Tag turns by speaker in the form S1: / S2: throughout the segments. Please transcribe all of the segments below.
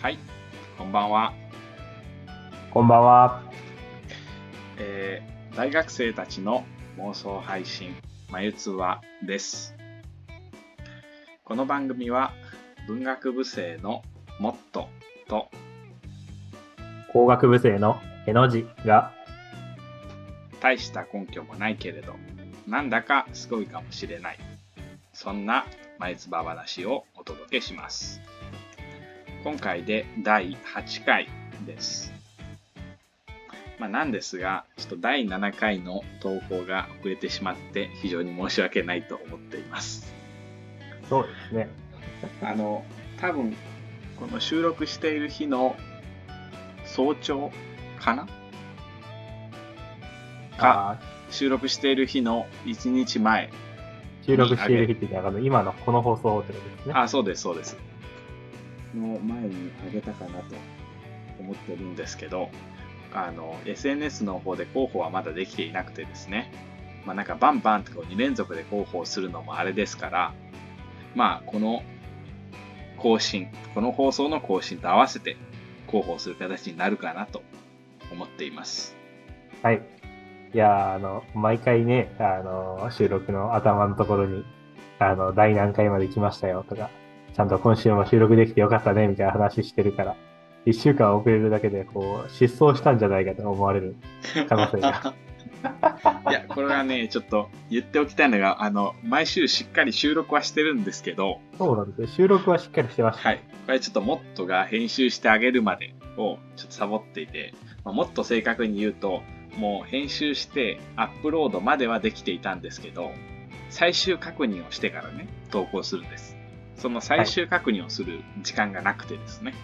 S1: はい、こんばんは。
S2: こんばんは。
S1: えー大学生たちの妄想配信、まゆつわです。この番組は、文学部生のモットと、
S2: 工学部生のへの字が、
S1: 大した根拠もないけれど、なんだかすごいかもしれない。そんな前つば話をお届けします。今回で第8回です。まあ、なんですが、ちょっと第7回の投稿が遅れてしまって非常に申し訳ないと思っています。
S2: そうですね。
S1: あの、多分、この収録している日の早朝かなか、
S2: あ
S1: 収録している日の1日前。
S2: ー収録している日っていうのは、あの今のこの放送ってことですね。
S1: あ、そうです、そうです。の前にあげたかなと思ってるんですけど、あの、SNS の方で候補はまだできていなくてですね。まあなんかバンバンってこう2連続で候補をするのもあれですから、まあこの更新、この放送の更新と合わせて候補をする形になるかなと思っています。
S2: はい。いやー、あの、毎回ね、あの、収録の頭のところに、あの、第何回まで来ましたよとか、ちゃんと今週も収録できてよかったねみたいな話してるから、一週間遅れるだけで、こう、失踪したんじゃないかと思われる可能性 が。
S1: いや、これはね、ちょっと言っておきたいのが、あの、毎週しっかり収録はしてるんですけど、
S2: そうなんですよ。収録はしっかりしてました。
S1: はい。これちょっとモットが編集してあげるまでをちょっとサボっていて、まあ、もっと正確に言うと、もう編集してアップロードまではできていたんですけど、最終確認をしてからね、投稿するんです。その最終確認をする時間がなくてですね。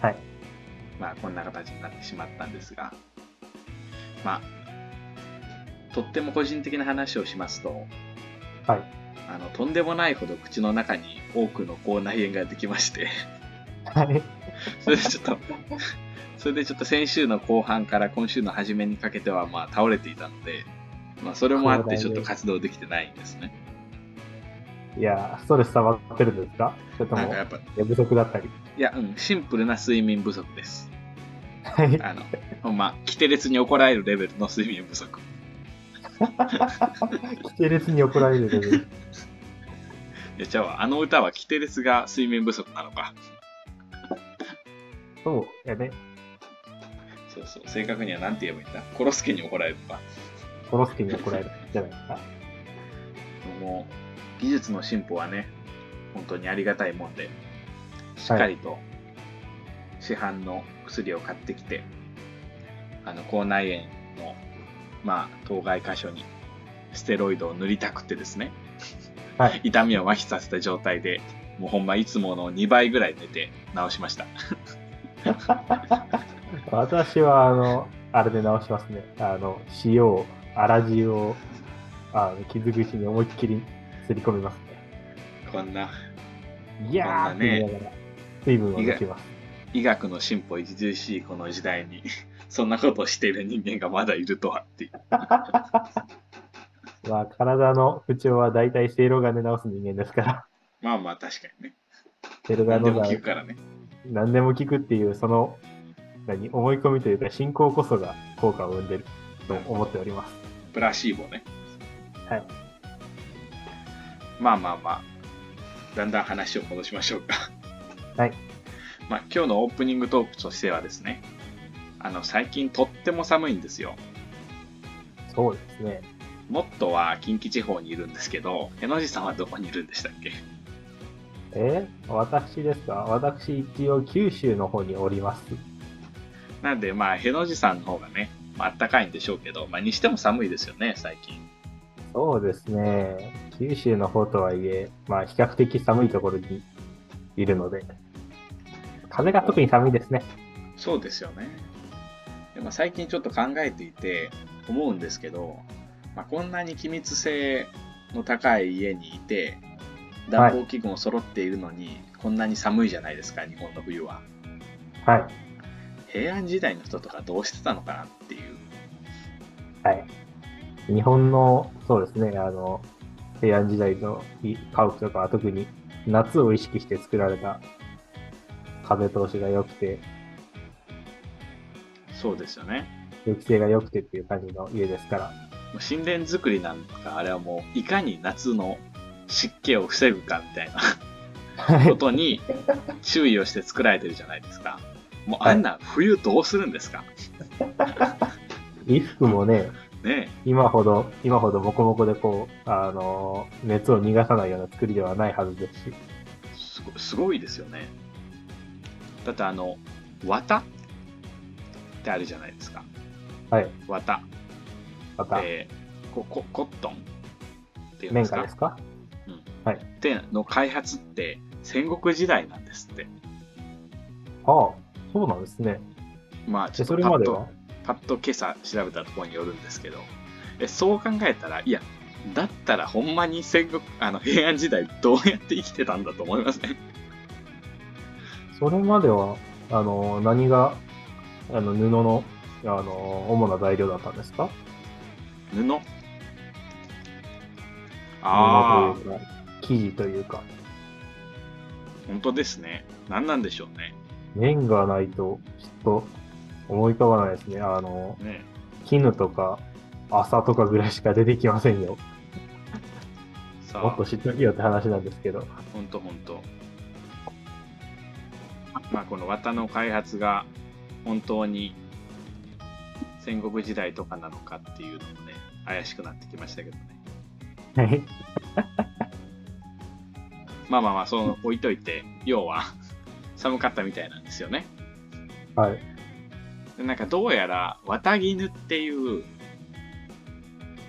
S2: はい。
S1: まあ、こんな形になってしまったんですが、まあ、とっても個人的な話をしますと、
S2: はい。
S1: あの、とんでもないほど口の中に多くの口内炎ができまして、
S2: はい。
S1: それでちょっと、 それでちょっと先週の後半から今週の初めにかけては、まあ倒れていたので、まあそれもあってちょっと活動できてないんですね。
S2: いやー、ストレス溜まってるんですかそれと
S1: なん
S2: も
S1: かや、っぱ、い
S2: 寝不足だったり。
S1: や、うん、シンプルな睡眠不足です。
S2: はい。
S1: あの、ほんま、規定列に怒られるレベルの睡眠不足。
S2: 規定列に怒られるレベル。
S1: いや、じゃあ、あの歌は規定列が睡眠不足なのか。
S2: そうやね。
S1: そうそう、正確には何て言えばいいんだコロスケに怒られるのか。
S2: コロスケに怒られるじゃないですか。
S1: もう、技術の進歩はね、本当にありがたいもんで、しっかりと市販の薬を買ってきて、あの、口内炎の、まあ、当該箇所にステロイドを塗りたくってですね、
S2: はい
S1: 痛みを麻痺させた状態で、もうほんまいつもの2倍ぐらい寝て治しました。
S2: 私は、あの、あれで直しますね。あの、塩を、粗塩を、あの、傷口に思いっきりすり込みますね。
S1: こんな
S2: いや
S1: こん
S2: ーっ
S1: な
S2: て
S1: ね
S2: 言いながら、水分を抜きます。
S1: 医学の進歩著しいこの時代に、 そんなことをしている人間がまだいるとはっていう。
S2: まあ、体の不調は大体、せいろがで治す人間ですから。
S1: まあまあ確かにね。
S2: せいろが
S1: 何で
S2: のが
S1: も聞くからね。
S2: 何でも効くっていう、その、何、思い込みというか、信仰こそが効果を生んでると思っております。
S1: プラシーボね。
S2: はい。
S1: まあまあまあ、だんだん話を戻しましょうか。
S2: はい。
S1: まあ今日のオープニングトークとしてはですね、あの最近とっても寒いんですよ。
S2: そうですね。
S1: モットは近畿地方にいるんですけど、江ノ字さんはどこにいるんでしたっけ
S2: え私ですか私一応九州の方におります。
S1: なんでまあ江ノ字さんの方がね、まあ暖かいんでしょうけど、まあにしても寒いですよね、最近。
S2: そうですね。九州の方とはいえ、まあ比較的寒いところにいるので、風が特に寒いですね。
S1: そうですよね。でまあ、最近ちょっと考えていて思うんですけど、まあ、こんなに気密性の高い家にいて暖房器具も揃っているのに、こんなに寒いじゃないですか日本の冬は
S2: はい。
S1: 平安時代の人とかどうしてたのかなっていう
S2: はい。日本の、そうですね、あの、平安時代の家屋とかは特に夏を意識して作られた風通しが良くて、
S1: そうですよね。
S2: 抑制が良くてっていう感じの家ですから。
S1: もう神殿作りなんかあれはもういかに夏の湿気を防ぐかみたいな
S2: は
S1: こ
S2: い。
S1: と に注意をして作られてるじゃないですか。もうあんな冬どうするんですか、
S2: 衣服もね、
S1: ね
S2: 今ほど、今ほどモコモコでこう、あの、熱を逃がさないような作りではないはずですし。
S1: えすごすごいですよね。だってあの、綿ってあるじゃないですか。
S2: はい。
S1: 綿。
S2: また、
S1: えーここコットンっていうんで
S2: 綿
S1: すか
S2: 花ですか
S1: っての開発って戦国時代なんですって。
S2: ああ、そうなんですね。
S1: まあち
S2: で
S1: ょっ
S2: そ
S1: と
S2: れ
S1: パ
S2: ま
S1: ッ
S2: で
S1: と
S2: は
S1: パッと今朝調べたところによるんですけどえそう考えたらいやだったらほんまに戦国あの平安時代どうやって生きてたんだと思いますね
S2: それまでは、あの、何が、あの、布の、あの、主な材料だったんですか
S1: 布ああ
S2: 布というか、生地というか、
S1: 本当ですね何なんでしょうね
S2: 綿がないと、ちょっと思い浮かばないですね。あの、
S1: ね
S2: 絹とか、麻とかぐらいしか出てきませんよ。
S1: さ
S2: も
S1: あ
S2: っと知っときよって話なんですけど。
S1: 本当本当まあこの綿の開発が本当に戦国時代とかなのかっていうのもね怪しくなってきましたけどね
S2: はい。
S1: まあまあまあ、その置いといて、要は 寒かったみたいなんですよね。
S2: はい。
S1: でなんかどうやら、綿絹っていう、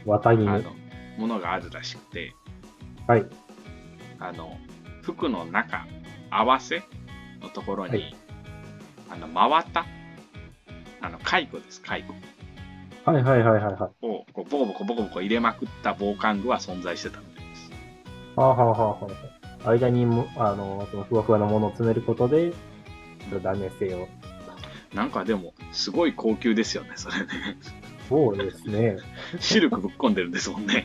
S2: 綿
S1: あ
S2: 絹。
S1: の、ものがあるらしくて、
S2: はい。
S1: あの、服の中、合わせのところに、
S2: はい
S1: あの、真綿あの、蚕です、蚕
S2: はいはいはいはいはい。
S1: を、こう、ボコボコボコボコ入れまくった防寒具は存在してたみたいです。
S2: はあはあはあはあ。間にも、あの、そのふわふわのものを詰めることで、断熱性を。
S1: なんかでも、すごい高級ですよね、それね。
S2: そうですね。
S1: シルクぶっ込んでるんですもんね。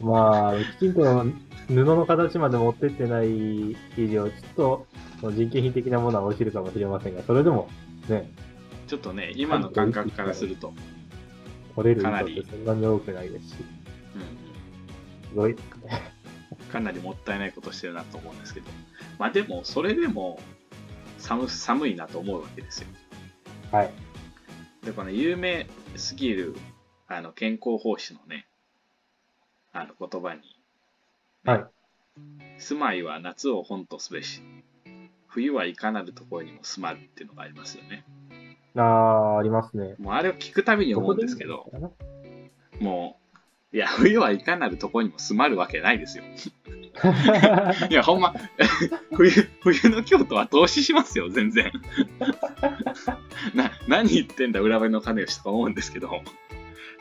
S2: まあ、きちんと布の形まで持ってってない以上、ちょっと人件費的なものは落ちるかもしれませんが、それでも、ね、
S1: ちょっとね、今の感覚からすると、
S2: 折れる
S1: かな
S2: 量っ
S1: り
S2: てそんなに多くないですし、す
S1: うんうん
S2: ごいですね。
S1: かなりもったいないことしてるなと思うんですけど、まあでも、それでも寒寒いなと思うわけですよ。
S2: はい。
S1: で、この有名すぎるあの健康奉仕のね、あの言葉に、ね
S2: はい
S1: 住まいは夏を本とすべし、冬はいかなるところにも住まるっていうのがありますよね。
S2: ああ、ありますね。
S1: もうあれを聞くたびに思うんですけど、もう、いや、冬はいかなるところにも住まるわけないですよ。いや、ほんま、 冬、冬の京都は投資しますよ、全然。 な、何言ってんだ、裏目の金吉とか思うんですけど。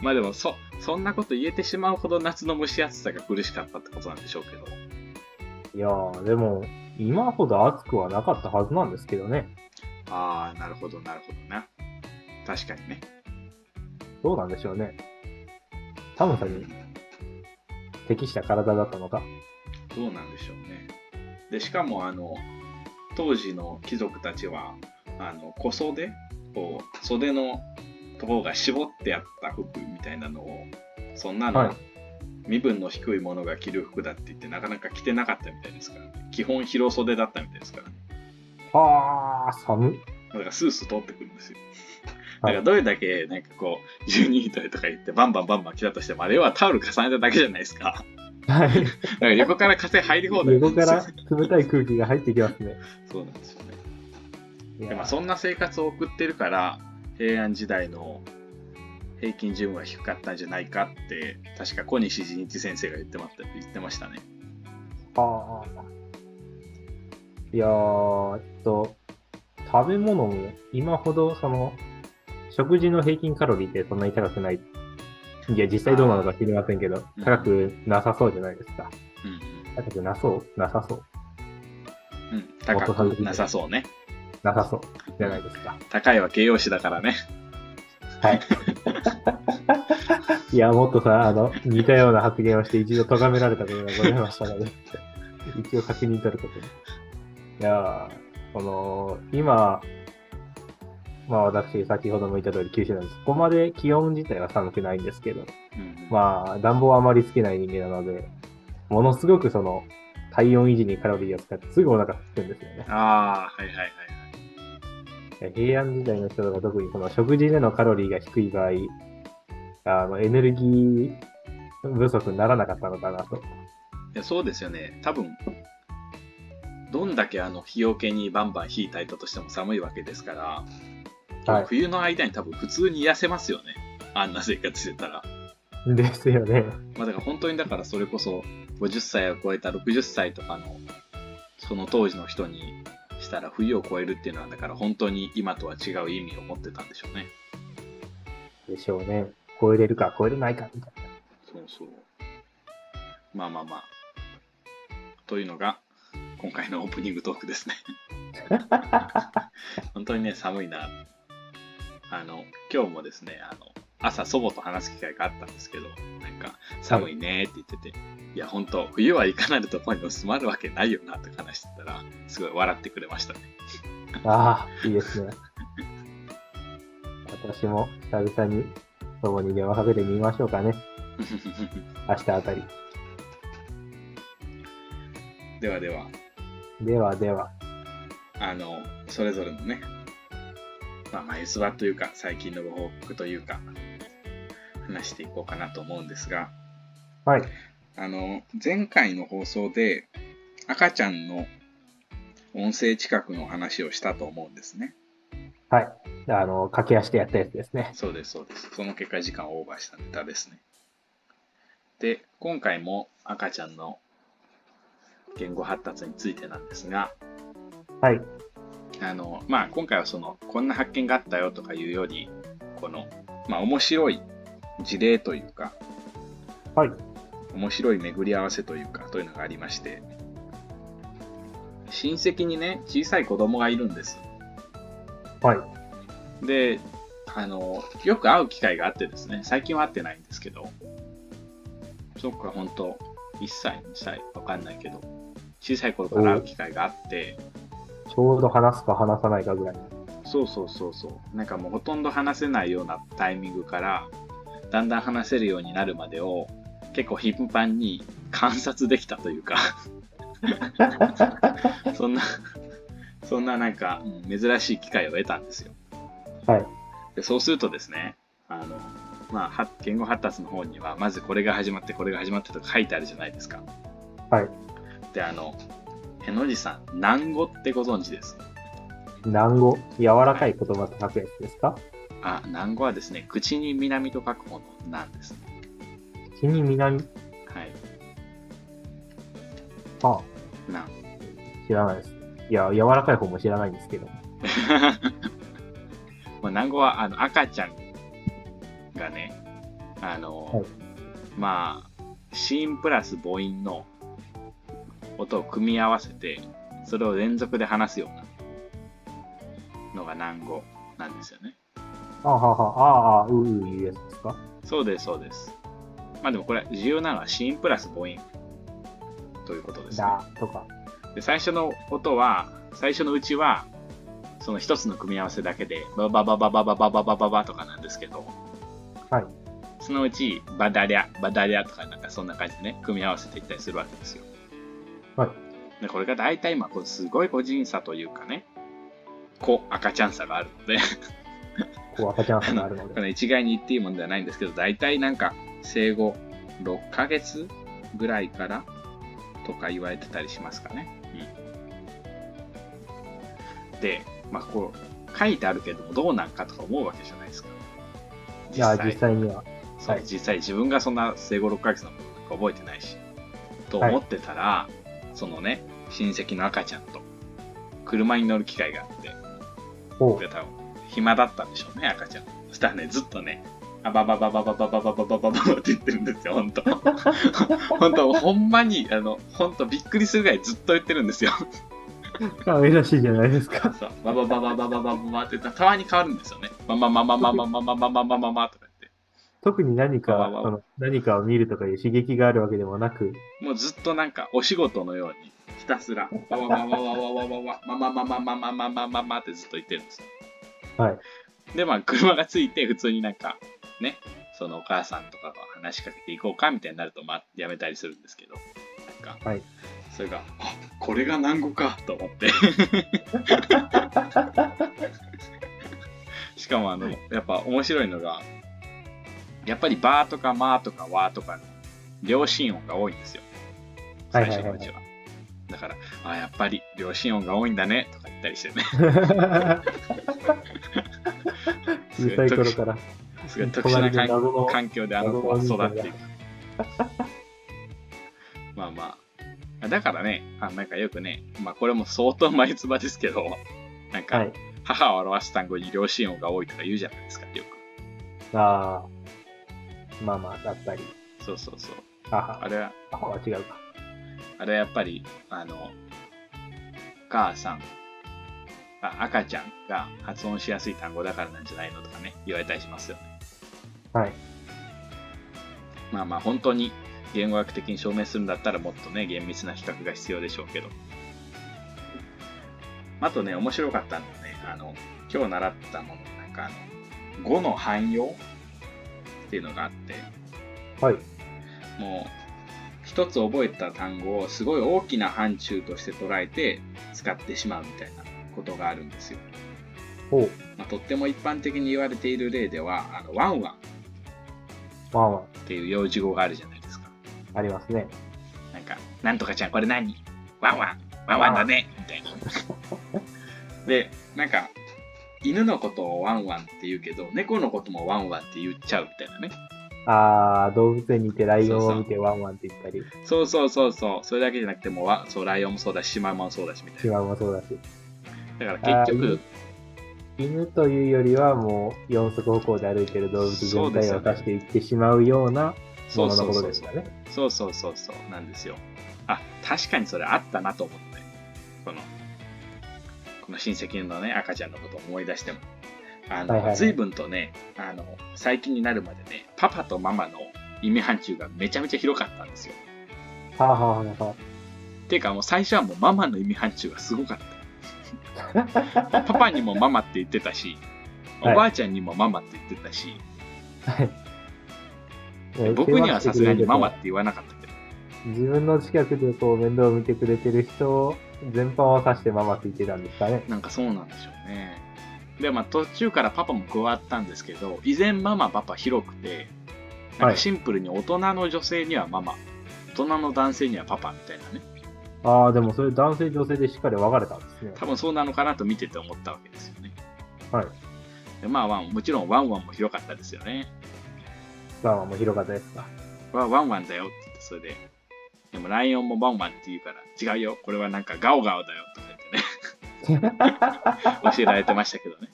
S1: まあでも、そ、そんなこと言えてしまうほど夏の蒸し暑さが苦しかったってことなんでしょうけど。
S2: いやー、でも、今ほど暑くはなかったはずなんですけどね。
S1: ああ、なるほど、なるほどな。確かにね。
S2: どうなんでしょうね。寒さに適した体だったのか。
S1: どうなんでしょうね。で、しかも、あの、当時の貴族たちは、あの、小袖こう、袖のところが絞ってやった服みたいなのを、そんなの、
S2: はい
S1: 身分の低い者が着る服だって言って、なかなか着てなかったみたいですから、ね、基本広袖だったみたいですから、ね、
S2: ああ、寒い。
S1: だからスースー通ってくるんですよ。だ
S2: は
S1: か
S2: い
S1: らどれだけ、なんかこう、12人とか言って、バンバンバンバン着たとしても、あれはタオル重ねただけじゃないですか。
S2: はい。
S1: だから横から風入り放題な
S2: 横
S1: んで
S2: か
S1: すよ
S2: ら冷たい空気が入ってきますね。
S1: そうなんですよね。
S2: いや
S1: で
S2: ー
S1: まあ、そんな生活を送ってるから平安時代の平均寿命は低かったんじゃないかって確か小西仁一先生が言ってました言ってましたね。
S2: ああ。いやー、えっと、食べ物も今ほどその、食事の平均カロリーってそんなに高くない。いや、実際どうなのか知りませんけど
S1: うん、
S2: 高くなさそうじゃないですか。
S1: うん
S2: 高くなそうなさそう
S1: うんうん、高くなさそうね。
S2: なさそうじゃないですか。
S1: 高いは形容詞だからね。
S2: はい。いや、もっとさ、あの、似たような発言をして一度咎められたことがございましたので、一応確認取ることに。いやーこの、今、まあ私、先ほども言った通り九州なんです。ここまで気温自体は寒くないんですけど、
S1: うん
S2: まあ暖房はあまりつけない人間なので、ものすごくその、体温維持にカロリーを使ってすぐお腹すくんですよね。
S1: ああ、はいはいはい
S2: 平安時代の人とか特にこの食事でのカロリーが低い場合、あの、エネルギー不足にならなかったのかなと。
S1: いや。そうですよね。多分、どんだけあの日よけにバンバン火焚いたとしても寒いわけですから、
S2: はい
S1: 冬の間に多分普通に痩せますよね。あんな生活してたら。
S2: ですよね。
S1: まあだから本当にだからそれこそ50歳を超えた60歳とかのその当時の人にしたら冬を超えるっていうのはだから本当に今とは違う意味を持ってたんでしょうね。
S2: でしょうね。超えれるか超えれないかみたいな。
S1: そうそう。まあまあまあ。というのが今回のオープニングトークですね。本当にね寒いな。あの今日もですねあの朝祖母と話す機会があったんですけどなんか寒いねって言ってて、い、や本当冬はいかなるところにも住まるわけないよなって話してたらすごい笑ってくれましたね。
S2: ああ、いいですね。私も久々に祖母に電話かけてみましょうかね。明日あたり。
S1: ではでは
S2: ではでは。
S1: あのそれぞれのねまあ眉唾というか最近のご報告というか話していこうかなと思うんですが。
S2: はい。
S1: あの、前回の放送で赤ちゃんの音声近くの話をしたと思うんですね。
S2: はい。あの、駆け足でやったやつですね。
S1: そうです、そうです。その結果時間をオーバーしたネタですね。で、今回も赤ちゃんの言語発達についてなんですが、
S2: はい。
S1: あの、まあ、今回はその、こんな発見があったよとかいうより、この、まあ、面白い事例というか、
S2: はい。
S1: 面白い巡り合わせというかというのがありまして親戚にね小さい子供がいるんです
S2: はい。
S1: であのよく会う機会があってですね最近は会ってないんですけどそっか本当1歳2歳わかんないけど小さい頃から会う機会があって
S2: ちょうど話すか話さないかぐらい。
S1: そうそうそうそうなんかもうほとんど話せないようなタイミングからだんだん話せるようになるまでを結構頻繁に観察できたという かそんな、そんななんか、うん珍しい機会を得たんですよ。
S2: はい。
S1: で、そうするとですね、あの、まあは、言語発達の方には、まずこれが始まって、これが始まってとか書いてあるじゃないですか。
S2: はい。
S1: で、あの、への字さん、南語ってご存知です
S2: 難語、柔らかい言葉と書くやつですか
S1: あ、南語はですね、口に南と書くものなんですね。
S2: 日に南
S1: はい。
S2: あ、
S1: 南。
S2: 知らないです。いや、柔らかい方も知らないんですけど。
S1: まあ、南語はあの赤ちゃんがね、あの、
S2: はい
S1: まあ、子音プラス母音の音を組み合わせて、それを連続で話すようなのが南語なんですよね。
S2: あはは、ああ、うう、いうやつですか
S1: そうです、そうです。まあでもこれ、重要なのは子音プラス母音ということですね。
S2: だ、とか。
S1: で最初の音は最初のうちはその一つの組み合わせだけでバババババババババババとかなんですけど
S2: はい。
S1: そのうちバダリャバダリャとかなんかそんな感じでね組み合わせていったりするわけですよ
S2: はい
S1: でこれが大体今こうすごい個人差というかね子赤ちゃん差があるので
S2: こう赤ちゃん感があるの
S1: こ
S2: で。
S1: れ一概に言っていいもんではないんですけど大体なんか生後6ヶ月ぐらいからとか言われてたりしますかね、うん、でまあこう書いてあるけどもどうなんかとか思うわけじゃないですか
S2: いや、 実際には。
S1: そう
S2: はい
S1: 実際自分がそんな生後6ヶ月のものなんか覚えてないし、と思ってたら、そのね、親戚の赤ちゃんと車に乗る機会があって、
S2: おう
S1: 僕は多分暇だったんでしょうね、赤ちゃん。そしたらね、ずっとね、あばばばばばばばばばばばばって言ってるんですよ、ほんと。ほんと、ほんまに、あの、ほんとびっくりするぐらいずっと言ってるんですよ。
S2: あ、珍しいじゃないです か。
S1: そう、ばばばばばばばばばって言ったらたまに変わるんですよね。まままままままままままままとか言って。
S2: 特に何か、
S1: わわわ
S2: その何かを見るとかいう刺激があるわけでもなく、
S1: もうずっとなんかお仕事のようにひたすら、わわわわわわわわわ、ままままままままままってずっと言ってるんですよ。
S2: はい。
S1: で、まあ、車がついて、普通になんか、ね、そのお母さんとかが話しかけていこうかみたいになると、まあ、やめたりするんですけど、なんか、
S2: はい
S1: それが、あこれが南語かと思 って。しかも、あの、やっぱ面白いのが、やっぱりバーとかマーとかワーとかの両親音が多いんですよ。
S2: はい
S1: 最
S2: はいはい
S1: 初
S2: は
S1: の
S2: いう
S1: ちは。だから、あやっぱり両親音が多いんだねとか言ったりしてね。
S2: 小さい頃から。
S1: すごい特殊な環
S2: 謎の
S1: 環境であの子は育っていく。 まあまあ。だからね、あなんかよくね、まあこれも相当前つばですけど、なん
S2: は
S1: か
S2: い。
S1: 母を表す単語に両親音が多いとか言うじゃないですか、よく。
S2: ああ。まあまあ、だったり。
S1: そうそうそう。
S2: 母
S1: あ。れは、
S2: 母は違うか。
S1: あれはやっぱり、あの、お母さん、あ赤ちゃんが発音しやすい単語だからなんじゃないのとかね、言われたりしますよね。
S2: はい。
S1: まあまあ本当に言語学的に証明するんだったらもっとね厳密な比較が必要でしょうけどあとね面白かったのはねあの今日習ったものなんかあの語の汎用っていうのがあって
S2: はい。
S1: もう一つ覚えた単語をすごい大きな範疇として捉えて使ってしまうみたいなことがあるんですよ、
S2: おう。
S1: まあ、とっても一般的に言われている例ではあのワンワン
S2: まあま
S1: っていう幼児語があるじゃないですか
S2: あ、ありますね。
S1: なんか、なんとかちゃんこれ何ワンワンワンワンだねみたいな。で、なんか、犬のことをワンワンって言うけど、猫のこともワンワンって言っちゃうみたいなね。
S2: ああ、動物園にいてライオンを見てワンワンって言ったり、
S1: そうそうそうそう。それだけじゃなくてもうわ、そう、ライオンもそうだし、シマウマもそうだし、みたい
S2: シマウマもそうだし。
S1: な。だから結局、
S2: 犬というよりはもう四足歩行で歩いてる動物全体を指していってしまうような
S1: そ
S2: も
S1: う
S2: の
S1: そ
S2: の
S1: う
S2: こと
S1: そう
S2: です
S1: そ
S2: か
S1: う。
S2: ね。
S1: そうそうそうそう、なんですよ。あ、確かにそれあったなと思って。この、この親戚のね、赤ちゃんのことを思い出しても。あ
S2: はいはいは
S1: の、
S2: い
S1: 随分とね、あの、最近になるまでね、パパとママの意味範疇がめちゃめちゃ広かったんですよ。
S2: はあはあはあは
S1: ていうかもう最初はもうママの意味範疇がすごか った。パパにもママって言ってたし、お
S2: はい
S1: ばあちゃんにもママって言ってたし、
S2: あはい。ね
S1: 僕にはさすがにママって言わなかったけど、
S2: 自分の近くでこう面倒を見てくれてる人全般を指してママって言ってたんですかね。
S1: なんかそうなんでしょうね。で、まあ途中からパパも加わったんですけど、以前ママパパ広くて、なん
S2: は
S1: か
S2: い
S1: シンプルに大人の女性にはママ、大人の男性にはパパみたいなね。
S2: ああ、でもそれ男性女性でしっかり分かれたんですね。
S1: 多分そうなのかなと見てて思ったわけですよね。
S2: はい。
S1: でまあワン、もちろんワンワンも広かったですよね。
S2: ママも広かったですか。
S1: わワンワンだよって言って、それで。でもライオンもワンワンって言うから、違うよ、これはなんかガオガオだよとか言ってね。教えられてましたけどね。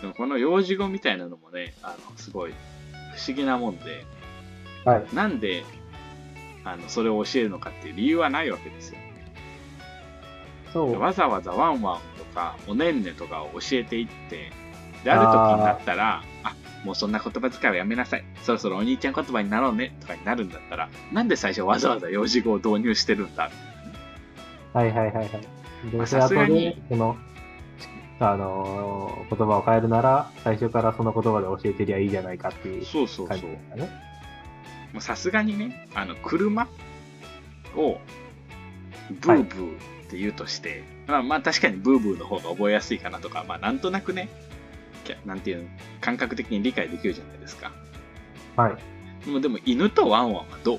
S1: でもこの幼児語みたいなのもね、あのすごい不思議なもんで、
S2: はい。
S1: なんであのそれを教えるのかっていう理由はないわけですよ。
S2: そう。
S1: わざわざワンワンとかおねんねとかを教えていって、で、ある時になったら、あもうそんな言葉遣いはやめなさい。そろそろお兄ちゃん言葉になろうねとかになるんだったら、なんで最初わざわざ幼児語を導入してるんだ
S2: はいはいはいはい。
S1: まあ
S2: で、そ
S1: さす
S2: の
S1: が
S2: 後で
S1: に、
S2: その、あのー言葉を変えるなら、最初からその言葉で教えてりゃいいじゃないかっていう
S1: そうそう
S2: 感
S1: そ
S2: じ
S1: う
S2: で。すかね。
S1: もうさすがにね、あの、車をブーブーって言うとして、まあまあ確かにブーブーの方が覚えやすいかなとか、まあなんとなくね、きゃなんていうの、感覚的に理解できるじゃないですか。
S2: はい。
S1: もうでも犬とワンワンはどう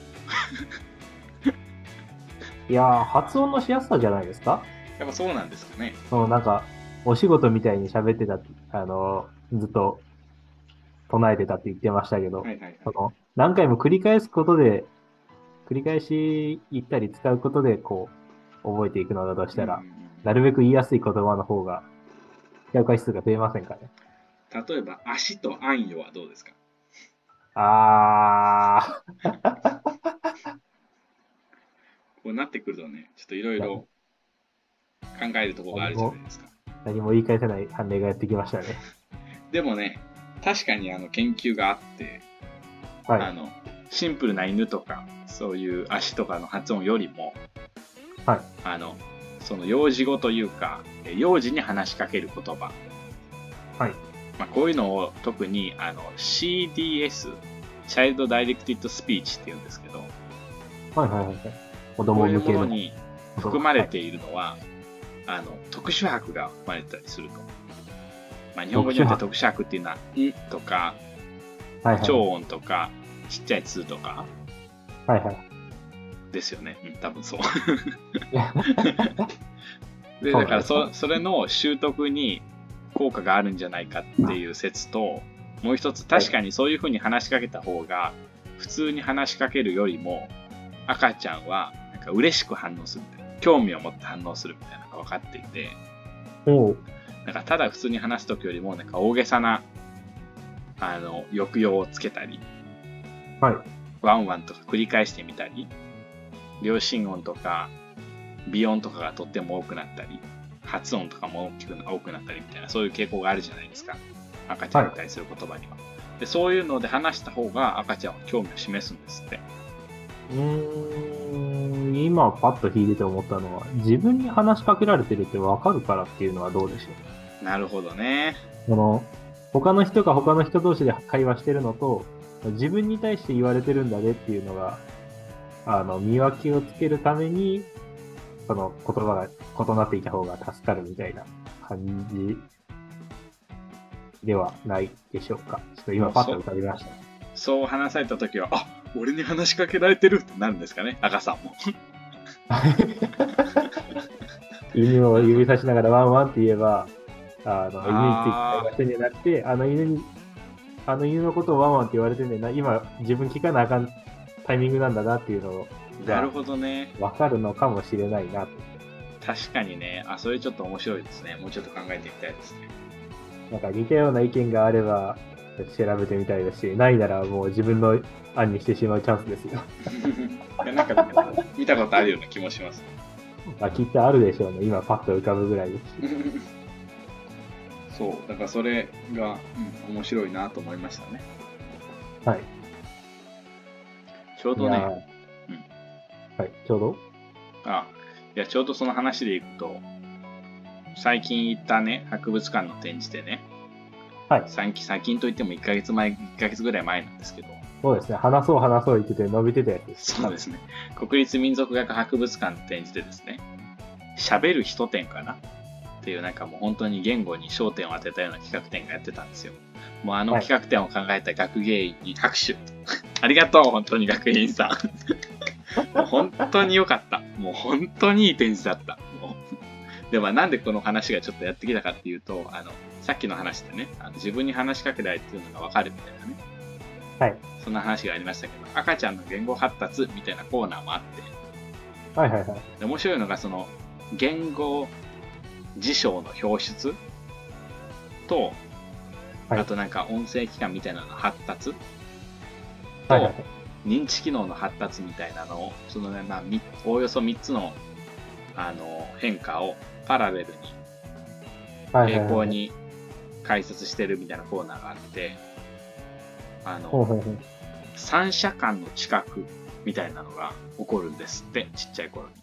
S2: いやー、発音のしやすさじゃないですか
S1: やっぱそうなんですかね。
S2: そのなんか、お仕事みたいに喋ってた、あのーずっと唱えてたって言ってましたけど、
S1: はいはいはい
S2: そ。の何回も繰り返すことで、繰り返し言ったり使うことで、こう、覚えていくのだとしたら、
S1: うんうんうん
S2: なるべく言いやすい言葉の方が、使う回数が増えませんかね。
S1: 例えば、足とあんよはどうですか
S2: あ
S1: こうなってくるとね、ちょっといろいろ考えるところがあるじゃないですか。
S2: ー、何も言い返せない判例がやってきましたね。
S1: でもね、確かにあの研究があって、
S2: は
S1: あ
S2: い。
S1: のシンプルな犬とか、そういう足とかの発音よりも、
S2: はい
S1: あの、その幼児語というか、え幼児に話しかける言葉。
S2: はい
S1: まあ、こういうのを特にあの CDS、チャイルドダイレクティッドスピーチっていうんですけど、
S2: はいはいはい。子
S1: こ
S2: 供
S1: ういう
S2: 向
S1: も
S2: け
S1: の
S2: の。
S1: に含まれ
S2: はい
S1: ているのは、あの特殊拍が生まれたりすると。まあ、日本語によって特殊拍っていうのは、んとか、
S2: はいはい。
S1: 超音とか、ちっちゃい通とか
S2: はいはい。
S1: ですよね。うん多分 そう。
S2: いや
S1: で、
S2: そう
S1: だ
S2: なんです
S1: からそ、それの習得に効果があるんじゃないかっていう説と、もう一つ、確かにそういうふうに話しかけた方が、普通に話しかけるよりも、赤ちゃんは、なんか嬉しく反応するみたいな、興味を持って反応するみたいなのが分かっていて、
S2: おう
S1: なんかただ普通に話す時よりも、なんか大げさな、あの、抑揚をつけたり、
S2: はい。
S1: ワンワンとか繰り返してみたり、両親音とか、微音とかがとっても多くなったり、発音とかも大きくな多くなったりみたいな、そういう傾向があるじゃないですか。赤ちゃんに対する言葉には。でそういうので話した方が赤ちゃんは興味を示すんですって。
S2: うーん、今パッと引いてて思ったのは、自分に話しかけられてるってわかるからっていうのはどうでしょう
S1: なるほどね。
S2: その、他の人が他の人同士で会話してるのと、自分に対して言われてるんだねっていうのが、あの、見分けをつけるために、その言葉が異なっていた方が助かるみたいな感じではないでしょうか。ちょっと今パッと浮かびました。
S1: そう話された時は、あ俺に話しかけられてるってなるんですかね、赤さんも。
S2: 犬を指さしながらワンワンって言えば、あの、
S1: あー
S2: 犬について会話してんじゃなくて、あの犬に、あの犬のことをワンワンって言われてんねんな、今自分聞かなあかんタイミングなんだなっていうのを
S1: なるほどね。
S2: わかるのかもしれないなと。
S1: 確かにね。あ、それちょっと面白いですね。もうちょっと考えてみたいですね。
S2: なんか似たような意見があれば調べてみたいですし、ないならもう自分の案にしてしまうチャンスです よ。
S1: いやなんか見たことあるような気もします。
S2: まあきっとあるでしょうね。今パッと浮かぶぐらいです。
S1: そう、だからそれが、うん面白いなと思いましたね。
S2: はい。
S1: ちょう
S2: い
S1: ど
S2: やー
S1: ね、
S2: はい、ちょうど
S1: あ、いや、ちょうどその話でいくと、最近行ったね、博物館の展示でね、
S2: はい
S1: 最近、最近といっても1ヶ月前、1ヶ月ぐらい前なんですけど、
S2: そうですね。話そう話そう言ってて伸びてたやつです。
S1: そうですね、国立民族学博物館の展示でですね、喋る人展かなっていう、なんかもう本当に言語に焦点を当てたような企画展がやってたんですよ。もうあの
S2: はい
S1: 企画展を考えた学芸員に拍手。ありがとう、本当に学芸員さん。 もう本当に良かった。もう本当にいい展示だった。もうでもなんでこの話がちょっとやってきたかっていうと、あの、さっきの話でね、あの自分に話しかけられてるのがわかるみたいなね。
S2: はい。
S1: そんな話がありましたけど、赤ちゃんの言語発達みたいなコーナーもあって、
S2: はいはいはい。
S1: で面白いのがその言語辞書の表出と、
S2: はい
S1: あとなんか音声機関みたいなのの発達と、
S2: はいはいはい。
S1: 認知機能の発達みたいなのをそのね、まあ、みおおよそ3つのあの変化をパラレルに
S2: はいはい
S1: 並
S2: は
S1: 行
S2: い
S1: に解説してるみたいなコーナーがあってあ
S2: ほう
S1: の
S2: ほうほう
S1: 三者間の知覚みたいなのが起こるんですってちっちゃい頃に。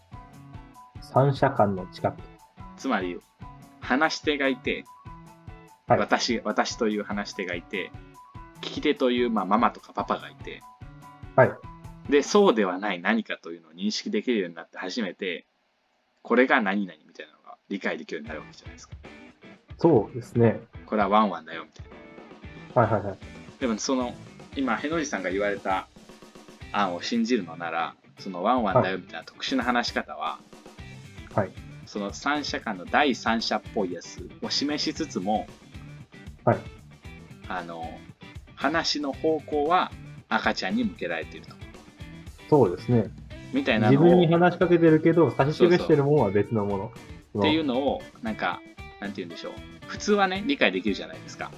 S2: 三者間の近く。
S1: つまり、話し手がいて、
S2: はい
S1: 私、私という話し手がいて、聞き手という、まあ、ママとかパパがいて、
S2: はい
S1: で、そうではない何かというのを認識できるようになって初めて、これが何々みたいなのが理解できるようになるわけじゃないですか。
S2: そうですね。
S1: これはワンワンだよ、みたいな。
S2: はいはいはい。
S1: でも、その、今、へのじさんが言われた案を信じるのなら、そのワンワンだよみたいな特殊な話し方は、
S2: はい
S1: その三者間の第三者っぽいやつを示しつつも、
S2: はい
S1: あの話の方向は赤ちゃんに向けられていると
S2: そうですね。
S1: みたいな
S2: 自
S1: の
S2: 分に
S1: をっ
S2: 話しかけてるけど、差し示してるものは別のもの。その
S1: ていうのをなんかなんて言うんでしょう普通はね理解できるじゃないですか、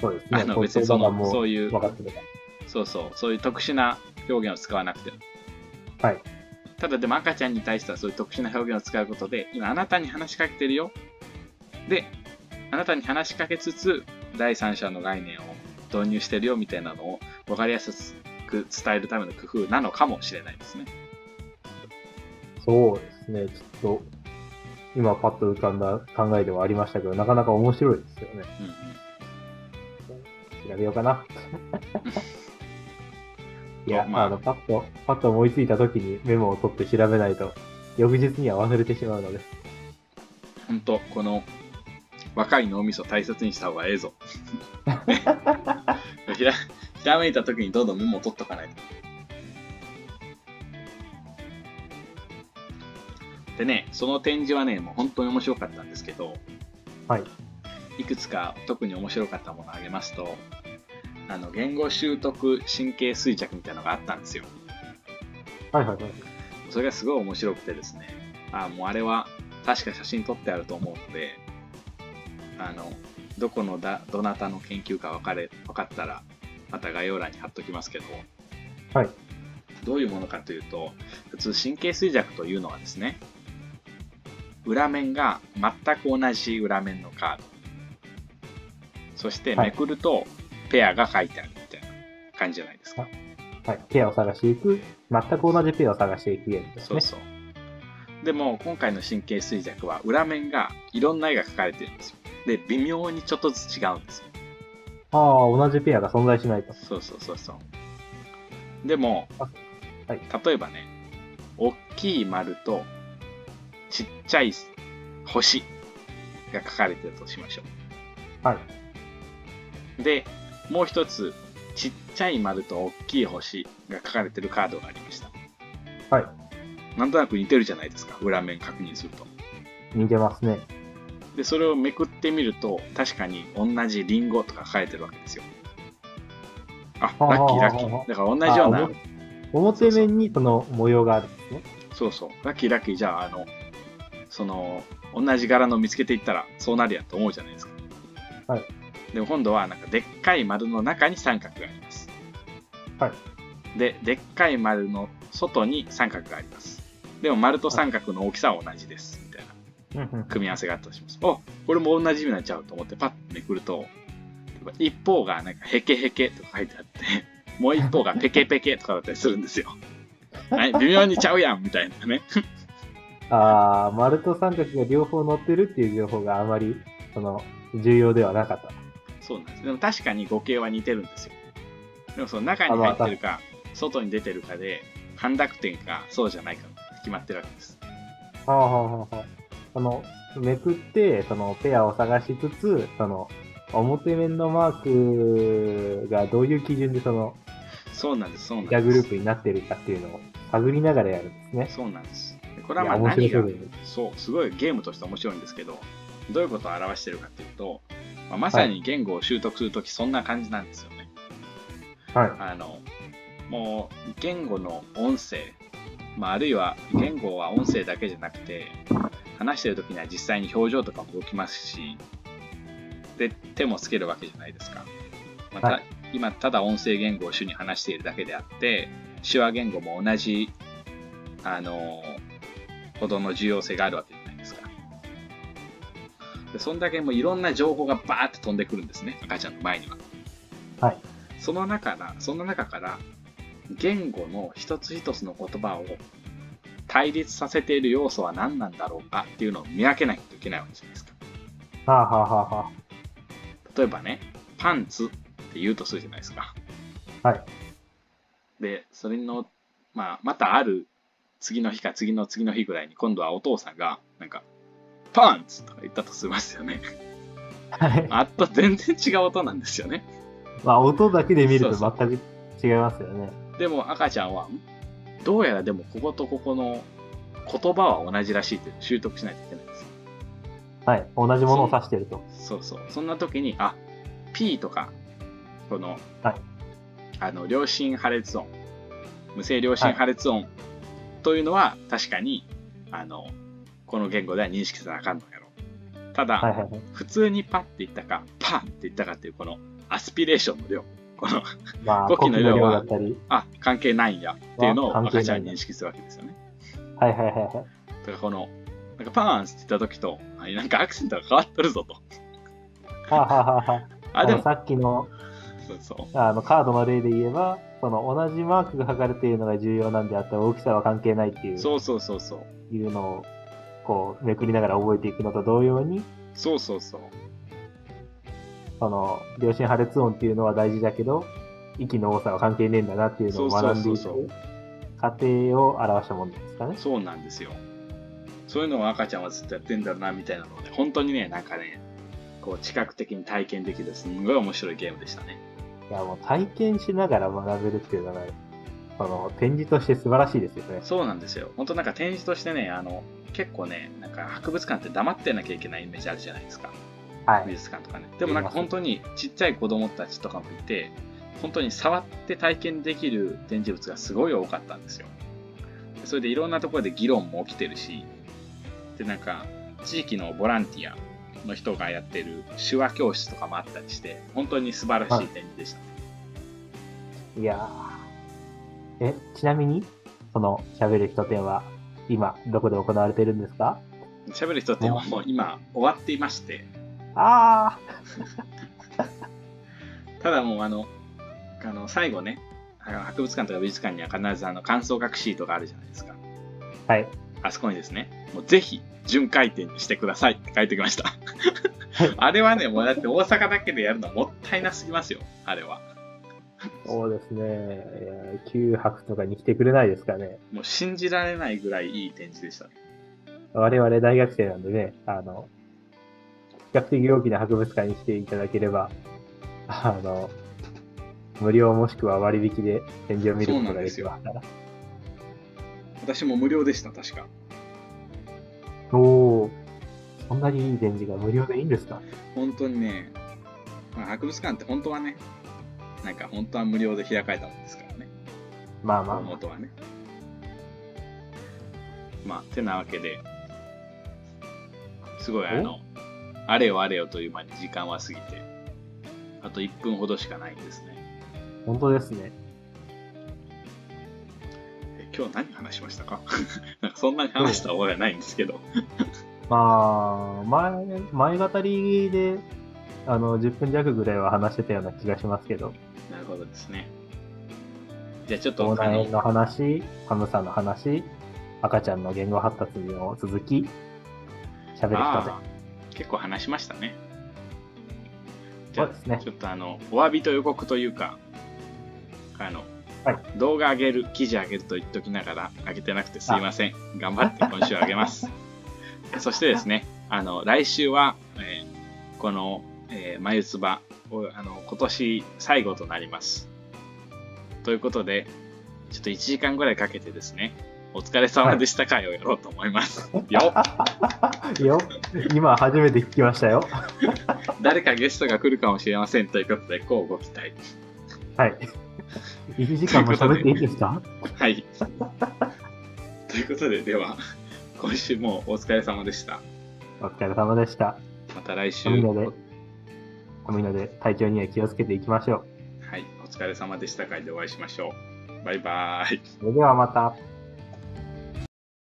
S2: そうですね。
S1: あの別にそ
S2: 言葉が
S1: の
S2: も
S1: そう
S2: う
S1: いう
S2: 分かってるか
S1: そうそうそういう特殊な表現を使わなくても
S2: ら。はい。
S1: ただでも赤ちゃんに対してはそういう特殊な表現を使うことで今あなたに話しかけてるよであなたに話しかけつつ第三者の概念を導入してるよみたいなのを分かりやすく伝えるための工夫なのかもしれないですね。
S2: そうですね、ちょっと、今パッと浮かんだ考えではありましたけど、なかなか面白いですよね。
S1: うんうん、
S2: 調べようか な。いや、
S1: まあ
S2: あの、パッと、パッと思いついた時にメモを取って調べないと、翌日には忘れてしまうので。
S1: 本当この若い脳みそ大切にした方がええぞ。 ひらひらめいた時にどんどんメモを取っとかないと。でね、その展示はね、もう本当に面白かったんですけど、
S2: はい。
S1: いくつか特に面白かったものを挙げますと、あの言語習得神経衰弱みたいなのがあったんですよ。
S2: はいはいはい。
S1: それがすごい面白くてですね、あもうあれは確か写真撮ってあると思うので、あの、どこのだどなたの研究か分かれ分かったら、また概要欄に貼っときますけど、
S2: はい。
S1: どういうものかというと、普通神経衰弱というのはですね、裏面が全く同じ裏面のカード、そして
S2: はい
S1: めくるとペアが書いてあるみたいな感じじゃないですか。
S2: はい。ペアを探していく、全く同じペアを探していくゲームです
S1: そ
S2: ね
S1: う。そう。でも今回の神経衰弱は裏面がいろんな絵が描かれてるんですよ。で、微妙にちょっとずつ違うんですよ。
S2: ああ、同じペアが存在しないと。
S1: そうそうそうそう。でも、
S2: あはい
S1: 例えばね、大きい丸とちっちゃい星が描かれてるとしましょ
S2: はい。
S1: う。で、もう一つ、ちっちゃい丸と大きい星が描かれてるカードがありました。
S2: はい。
S1: なんとなく似てるじゃないですか、裏面確認すると。
S2: 似てますね。
S1: でそれをめくってみると確かに同じリンゴとか書いてるわけですよあ
S2: あ
S1: ラッキーラッキ
S2: ああ
S1: ーだから同じよう
S2: あ
S1: な
S2: 表表面にその模様があるんですね。
S1: そうそうラッキーラッキーじゃああのその同じ柄の見つけていったらそうなるやんと思うじゃないですか
S2: はい
S1: でも今度はなんかでっかい丸の中に三角があります
S2: はい
S1: ででっかい丸の外に三角がありますでも丸と三角の大きさは同じですみたいな
S2: うんうん
S1: 組み合わせがあったとします。おこれも同じ意味になっちゃうと思ってパッとめくると、一方がなんかヘケヘケとか書いてあって、 もう一方がペケペケとかだったりするん ですよ。はい、微妙にちゃうやんみたいなね。
S2: ああ、丸と三角が両方乗ってるっていう情報があまり、その、重要ではなかった。
S1: そうなんです。でも確かに語形は似てるんですよ。でもその中に入ってるか、外に出てるかで、半濁点かそうじゃないか決まってるわけです。
S2: はあはあはあはあ。その、めくって、その、ペアを探しつつ、その、表面のマークがどういう基準でその、
S1: そうなんです、そうなんです。
S2: ギグループになってるかっていうのを探りながらやるんですね。
S1: そうなんです。でこ
S2: い
S1: れはま
S2: や
S1: あ
S2: 面
S1: 何
S2: 白そ
S1: が
S2: うです。
S1: そう、すごいゲームとして面白いんですけど、どういうことを表してるかっていうと、まあまさに言語を習得するとき、そんな感じなんですよね。
S2: はい。
S1: あの、もう、言語の音声、まあ、あるいは言語は音声だけじゃなくて、話してるときには実際に表情とかも動きますし、で、手もつけるわけじゃないですか。また、
S2: はい
S1: 今、ただ音声言語を主に話しているだけであって、手話言語も同じ、あの、ほどの重要性があるわけじゃないですか。で、そんだけもういろんな情報がバーって飛んでくるんですね、赤ちゃんの前には。
S2: はい。
S1: その中な、その中から、言語の一つ一つの言葉を対立させている要素は何なんだろうかっていうのを見分けないといけないわけじゃないですか。
S2: はあはあはあは
S1: 例えばね、パンツって言うとするじゃないですか。
S2: あ。はい。
S1: で、それの、まあ、またある次の日か次の次の日ぐらいに今度はお父さんが、なんか、パンツとか言ったとしますよね。
S2: はい。
S1: あと全然違う音なんですよね。
S2: まあ、音だけで見る
S1: そ
S2: と
S1: う
S2: 全く違いますよね。
S1: でも赤ちゃんは、んどうやらでもこことここの言葉は同じらしいって習得しないといけないんですよ。
S2: はい。同じものを指してると。
S1: そうそう。そんな時に、あ、P とか、この、
S2: はい
S1: あの、良心破裂音、無声良心破裂音というのは、確かに、あの、この言語では認識せなあかんのやろ。ただ、
S2: はいはいはい。
S1: 普通にパッて言ったか、パンって言ったかっていう、このアスピレーションの量。この、
S2: まあ、
S1: 呼
S2: 呼
S1: 吸
S2: 吸
S1: の
S2: の
S1: 量
S2: 量
S1: は
S2: だったり。
S1: あ、関係ないんやっていうのを
S2: あ関係
S1: 赤
S2: ないん
S1: ち
S2: だ
S1: ゃんに認識するわけですよね。
S2: はいはいはいはい。
S1: だからこの、なんかパーンって言った時と、あなんかアクセントが変わっとるぞと。
S2: はあはあはあはあ。
S1: あ、でも
S2: のさっきの
S1: そうそ。
S2: あのカードの例で言えば、その同じマークが書かれているのが重要なんであって、大きさは関係ないっていうう
S1: そうそうそうそう。
S2: いうのをこうめくりながら覚えていくのと同様に、
S1: そうそうそう。
S2: その両親破裂音っていうのは大事だけど、息の多さは関係ねえんだなっていうのを学んでい
S1: そうそうそう
S2: く過程を表したものですかね。
S1: そうなんですよ。そういうのを赤ちゃんはずっとやってんだな、みたいなので、本当にね、なんかね、こう、知覚的に体験できる、すんごい面白いゲームでしたね。
S2: いやもう体験しながら学べるっていうのが、その展示として素晴らしいですよね。
S1: そうなんですよ。本当なんか展示としてね、あの、結構ね、なんか博物館って黙ってなきゃいけないイメージあるじゃないですか。
S2: は
S1: 美
S2: い。
S1: 術館とかね。でもなんか本当にちっちゃい子供たちとかもいて、本当に触って体験できる展示物がすごい多かったんですよ。それでいろんなところで議論も起きてるし、でなんか地域のボランティアの人がやってる手話教室とかもあったりして、本当に素晴らしい展示でした。
S2: いやーえ、ちなみに、その喋る人展は今どこで行われているんですか
S1: 喋る人ってもう今終わっていまして、
S2: あ
S1: ただもうあの、あの最後ね、あの博物館とか美術館には必ずあの感想学シートがあるじゃないですか。
S2: あはい。
S1: あそこにですね、もうぜひ、巡回転にしてくださいって書いてきました。 あれはね、もうだって大阪だけでやるのもったいなすぎますよ、あれは。
S2: そうですね。9泊とかに来てくれないですかね。
S1: もう信じられないぐらいいい展示でしたね。
S2: 我々大学生なんでね、あの、比較的大きな博物館に来ていただければ、あの、無料もしくは割引で展示を見ることができますから。
S1: 私も無料でした、確か。
S2: おーそんなにいい展示が無料でいいんですか
S1: 本当にね、まあ、博物館って本当はね、なんか本当は無料で開かれたもんですからね、
S2: まあまあ、
S1: 元はね。まあ、てなわけで、すごいあの、あれよあれよという間に時間は過ぎて、あと1分ほどしかないんですね。
S2: 本当ですね。
S1: え今日何話しましたか なんかそんなに話した覚えはないんですけど。
S2: まあ、前、前語りで、あの、10分弱ぐらいは話してたような気がしますけど、
S1: なるほどですね。じゃあちょっと
S2: 東
S1: あ
S2: 大
S1: の
S2: の話、ハムさんの話、赤ちゃんの言語発達の続き、喋る人で
S1: あー結構話しましたね。じ
S2: そ
S1: ゃ
S2: うですね
S1: あちょっとあのお詫びと予告というか、あの、
S2: はい
S1: 動画上げる、記事上げると言っときながら上げてなくてすいません。頑張って今週上げます。 そしてですね、あの来週は、えーこの、えー、眉唾をあの今年最後となります。ということで、ちょっと1時間ぐらいかけてですね、お疲れ様でした会をやろうと思い ます。よっ
S2: よ、今初めて聞きましたよ。
S1: 誰かゲストが来るかもしれませんということで、こうご期待。
S2: はい。1時間も喋っていいですか
S1: はい。ということで、では、今週もお疲れ様でした。
S2: お疲れ様でした。
S1: また来週。
S2: みんなで
S1: は、
S2: みんなで体調には気をつけていきましょ
S1: い。お疲れ様でした会でお会いしましょう。バイバーイ。
S2: う。それではまた。